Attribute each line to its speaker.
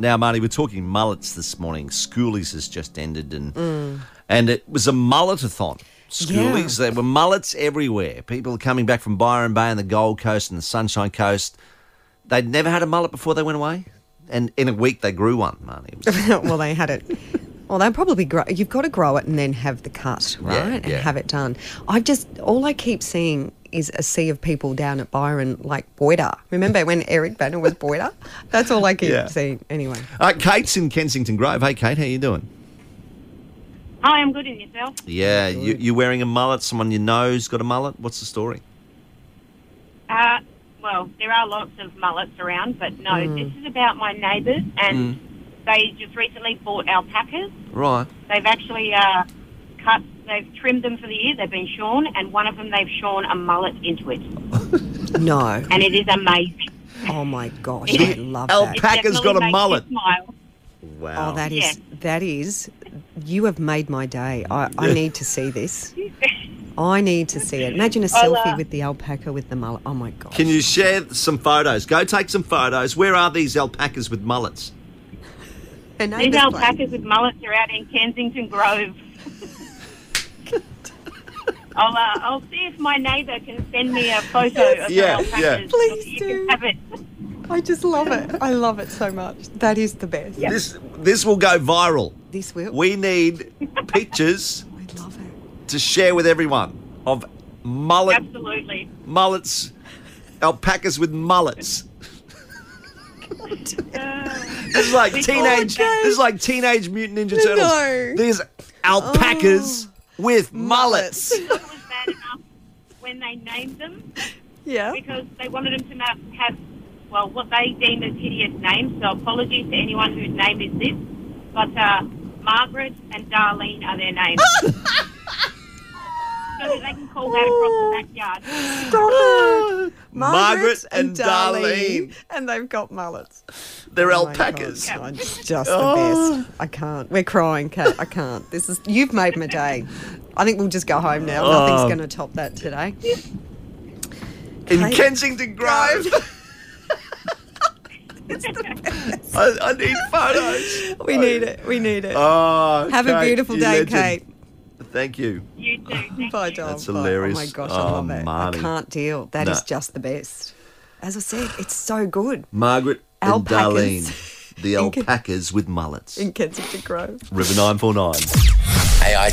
Speaker 1: Now, Marty, we're talking mullets this morning. Schoolies has just ended, and
Speaker 2: Mm.
Speaker 1: and it was a mulletathon. Schoolies, there were mullets everywhere. People coming back from Byron Bay and the Gold Coast and the Sunshine Coast. They'd never had a mullet before they went away, and in a week they grew one. Marty, It was-
Speaker 2: well, they had it. Well, they probably grow. You've got to grow it and then have the cut, right?
Speaker 1: Yeah,
Speaker 2: And
Speaker 1: yeah.
Speaker 2: have it done. I've just all I keep seeing is a sea of people down at Byron, like Boyder. Remember when Eric Banner was Boyder? That's all I keep
Speaker 1: Yeah.
Speaker 2: seeing. Anyway,
Speaker 1: uh, Kate's in Kensington Grove. Hey, Kate, how you doing?
Speaker 3: Hi, I'm good in yourself.
Speaker 1: Yeah, you, you're wearing a mullet. Someone you know's got a mullet. What's the story?
Speaker 3: Uh, well, there are lots of mullets around, but no,
Speaker 1: Mm.
Speaker 3: this is about my neighbours, and they just recently bought alpacas.
Speaker 1: Right.
Speaker 3: They've actually uh, cut, they've trimmed them for the year. They've been shorn, and one of them they've shorn a mullet into it,
Speaker 2: no.
Speaker 3: and it is amazing.
Speaker 2: Oh my gosh, I love that.
Speaker 1: Alpaca- Alpaca's
Speaker 3: It
Speaker 1: got a
Speaker 3: definitely makes you
Speaker 1: mullet.
Speaker 3: Smile.
Speaker 1: Wow.
Speaker 2: Oh, that is
Speaker 3: Yeah.
Speaker 2: that is. You have made my day. I, I need to see this. I need to see it. Imagine a
Speaker 3: I'll,
Speaker 2: selfie
Speaker 3: uh,
Speaker 2: with the alpaca with the mullet. Oh my gosh.
Speaker 1: Can you share some photos? Go take some photos. Where are these alpacas with mullets?
Speaker 2: Her
Speaker 3: These
Speaker 2: neighbour's place.
Speaker 3: alpacas with mullets are out in Kensington Grove. I'll, uh, I'll see if my neighbour can send me a photo of
Speaker 1: Yeah,
Speaker 3: her alpacas.
Speaker 1: yeah.
Speaker 2: Please
Speaker 3: you
Speaker 2: do.
Speaker 3: Can have it.
Speaker 2: I just love it. I love it so much. That is the best.
Speaker 1: This this will go viral.
Speaker 2: This will.
Speaker 1: We need pictures
Speaker 2: I love it.
Speaker 1: to share with everyone of mullet
Speaker 3: Absolutely.
Speaker 1: mullets, alpacas with mullets. this is like teenage.
Speaker 2: Okay.
Speaker 1: This is like teenage mutant ninja turtles.
Speaker 2: No.
Speaker 1: There's alpacas
Speaker 2: Oh.
Speaker 1: with mullets.
Speaker 3: I thought it was bad enough when they named them
Speaker 2: Yeah.
Speaker 3: because they wanted them to not have, well, what they deem as hideous names. So apologies to anyone whose name is this. But uh, Margaret and Darlene are their names. so that they can call that across the backyard.
Speaker 2: Margaret,
Speaker 1: Margaret and Darlene.
Speaker 2: And they've got mullets.
Speaker 1: They're
Speaker 2: Oh my
Speaker 1: alpacas.
Speaker 2: God, it's just
Speaker 1: Oh.
Speaker 2: the best. I can't. We're crying, Kat. I can't. This is you've made my day. I think we'll just go home now. Nothing's
Speaker 1: Oh.
Speaker 2: going to top that today.
Speaker 1: in
Speaker 2: Kate-
Speaker 1: Kensington Grove. I, I need photos.
Speaker 2: We need it. We need it.
Speaker 1: Oh,
Speaker 2: Have a
Speaker 1: Kate,
Speaker 2: beautiful
Speaker 1: you
Speaker 2: day,
Speaker 1: legend.
Speaker 2: Kate.
Speaker 1: Thank you.
Speaker 3: You too. Thank
Speaker 2: Bye,
Speaker 3: you.
Speaker 2: Dom.
Speaker 1: That's
Speaker 2: Bye.
Speaker 1: hilarious.
Speaker 2: Oh my gosh,
Speaker 1: Oh,
Speaker 2: I love it.
Speaker 1: Marty.
Speaker 2: I can't deal. That is
Speaker 1: No.
Speaker 2: just the best. As I said, it's so good
Speaker 1: Margaret and
Speaker 2: Alpacas.
Speaker 1: Darlene, the
Speaker 2: In Ken-
Speaker 1: alpacas with mullets.
Speaker 2: in Kensington Grove.
Speaker 1: River 949.
Speaker 4: AI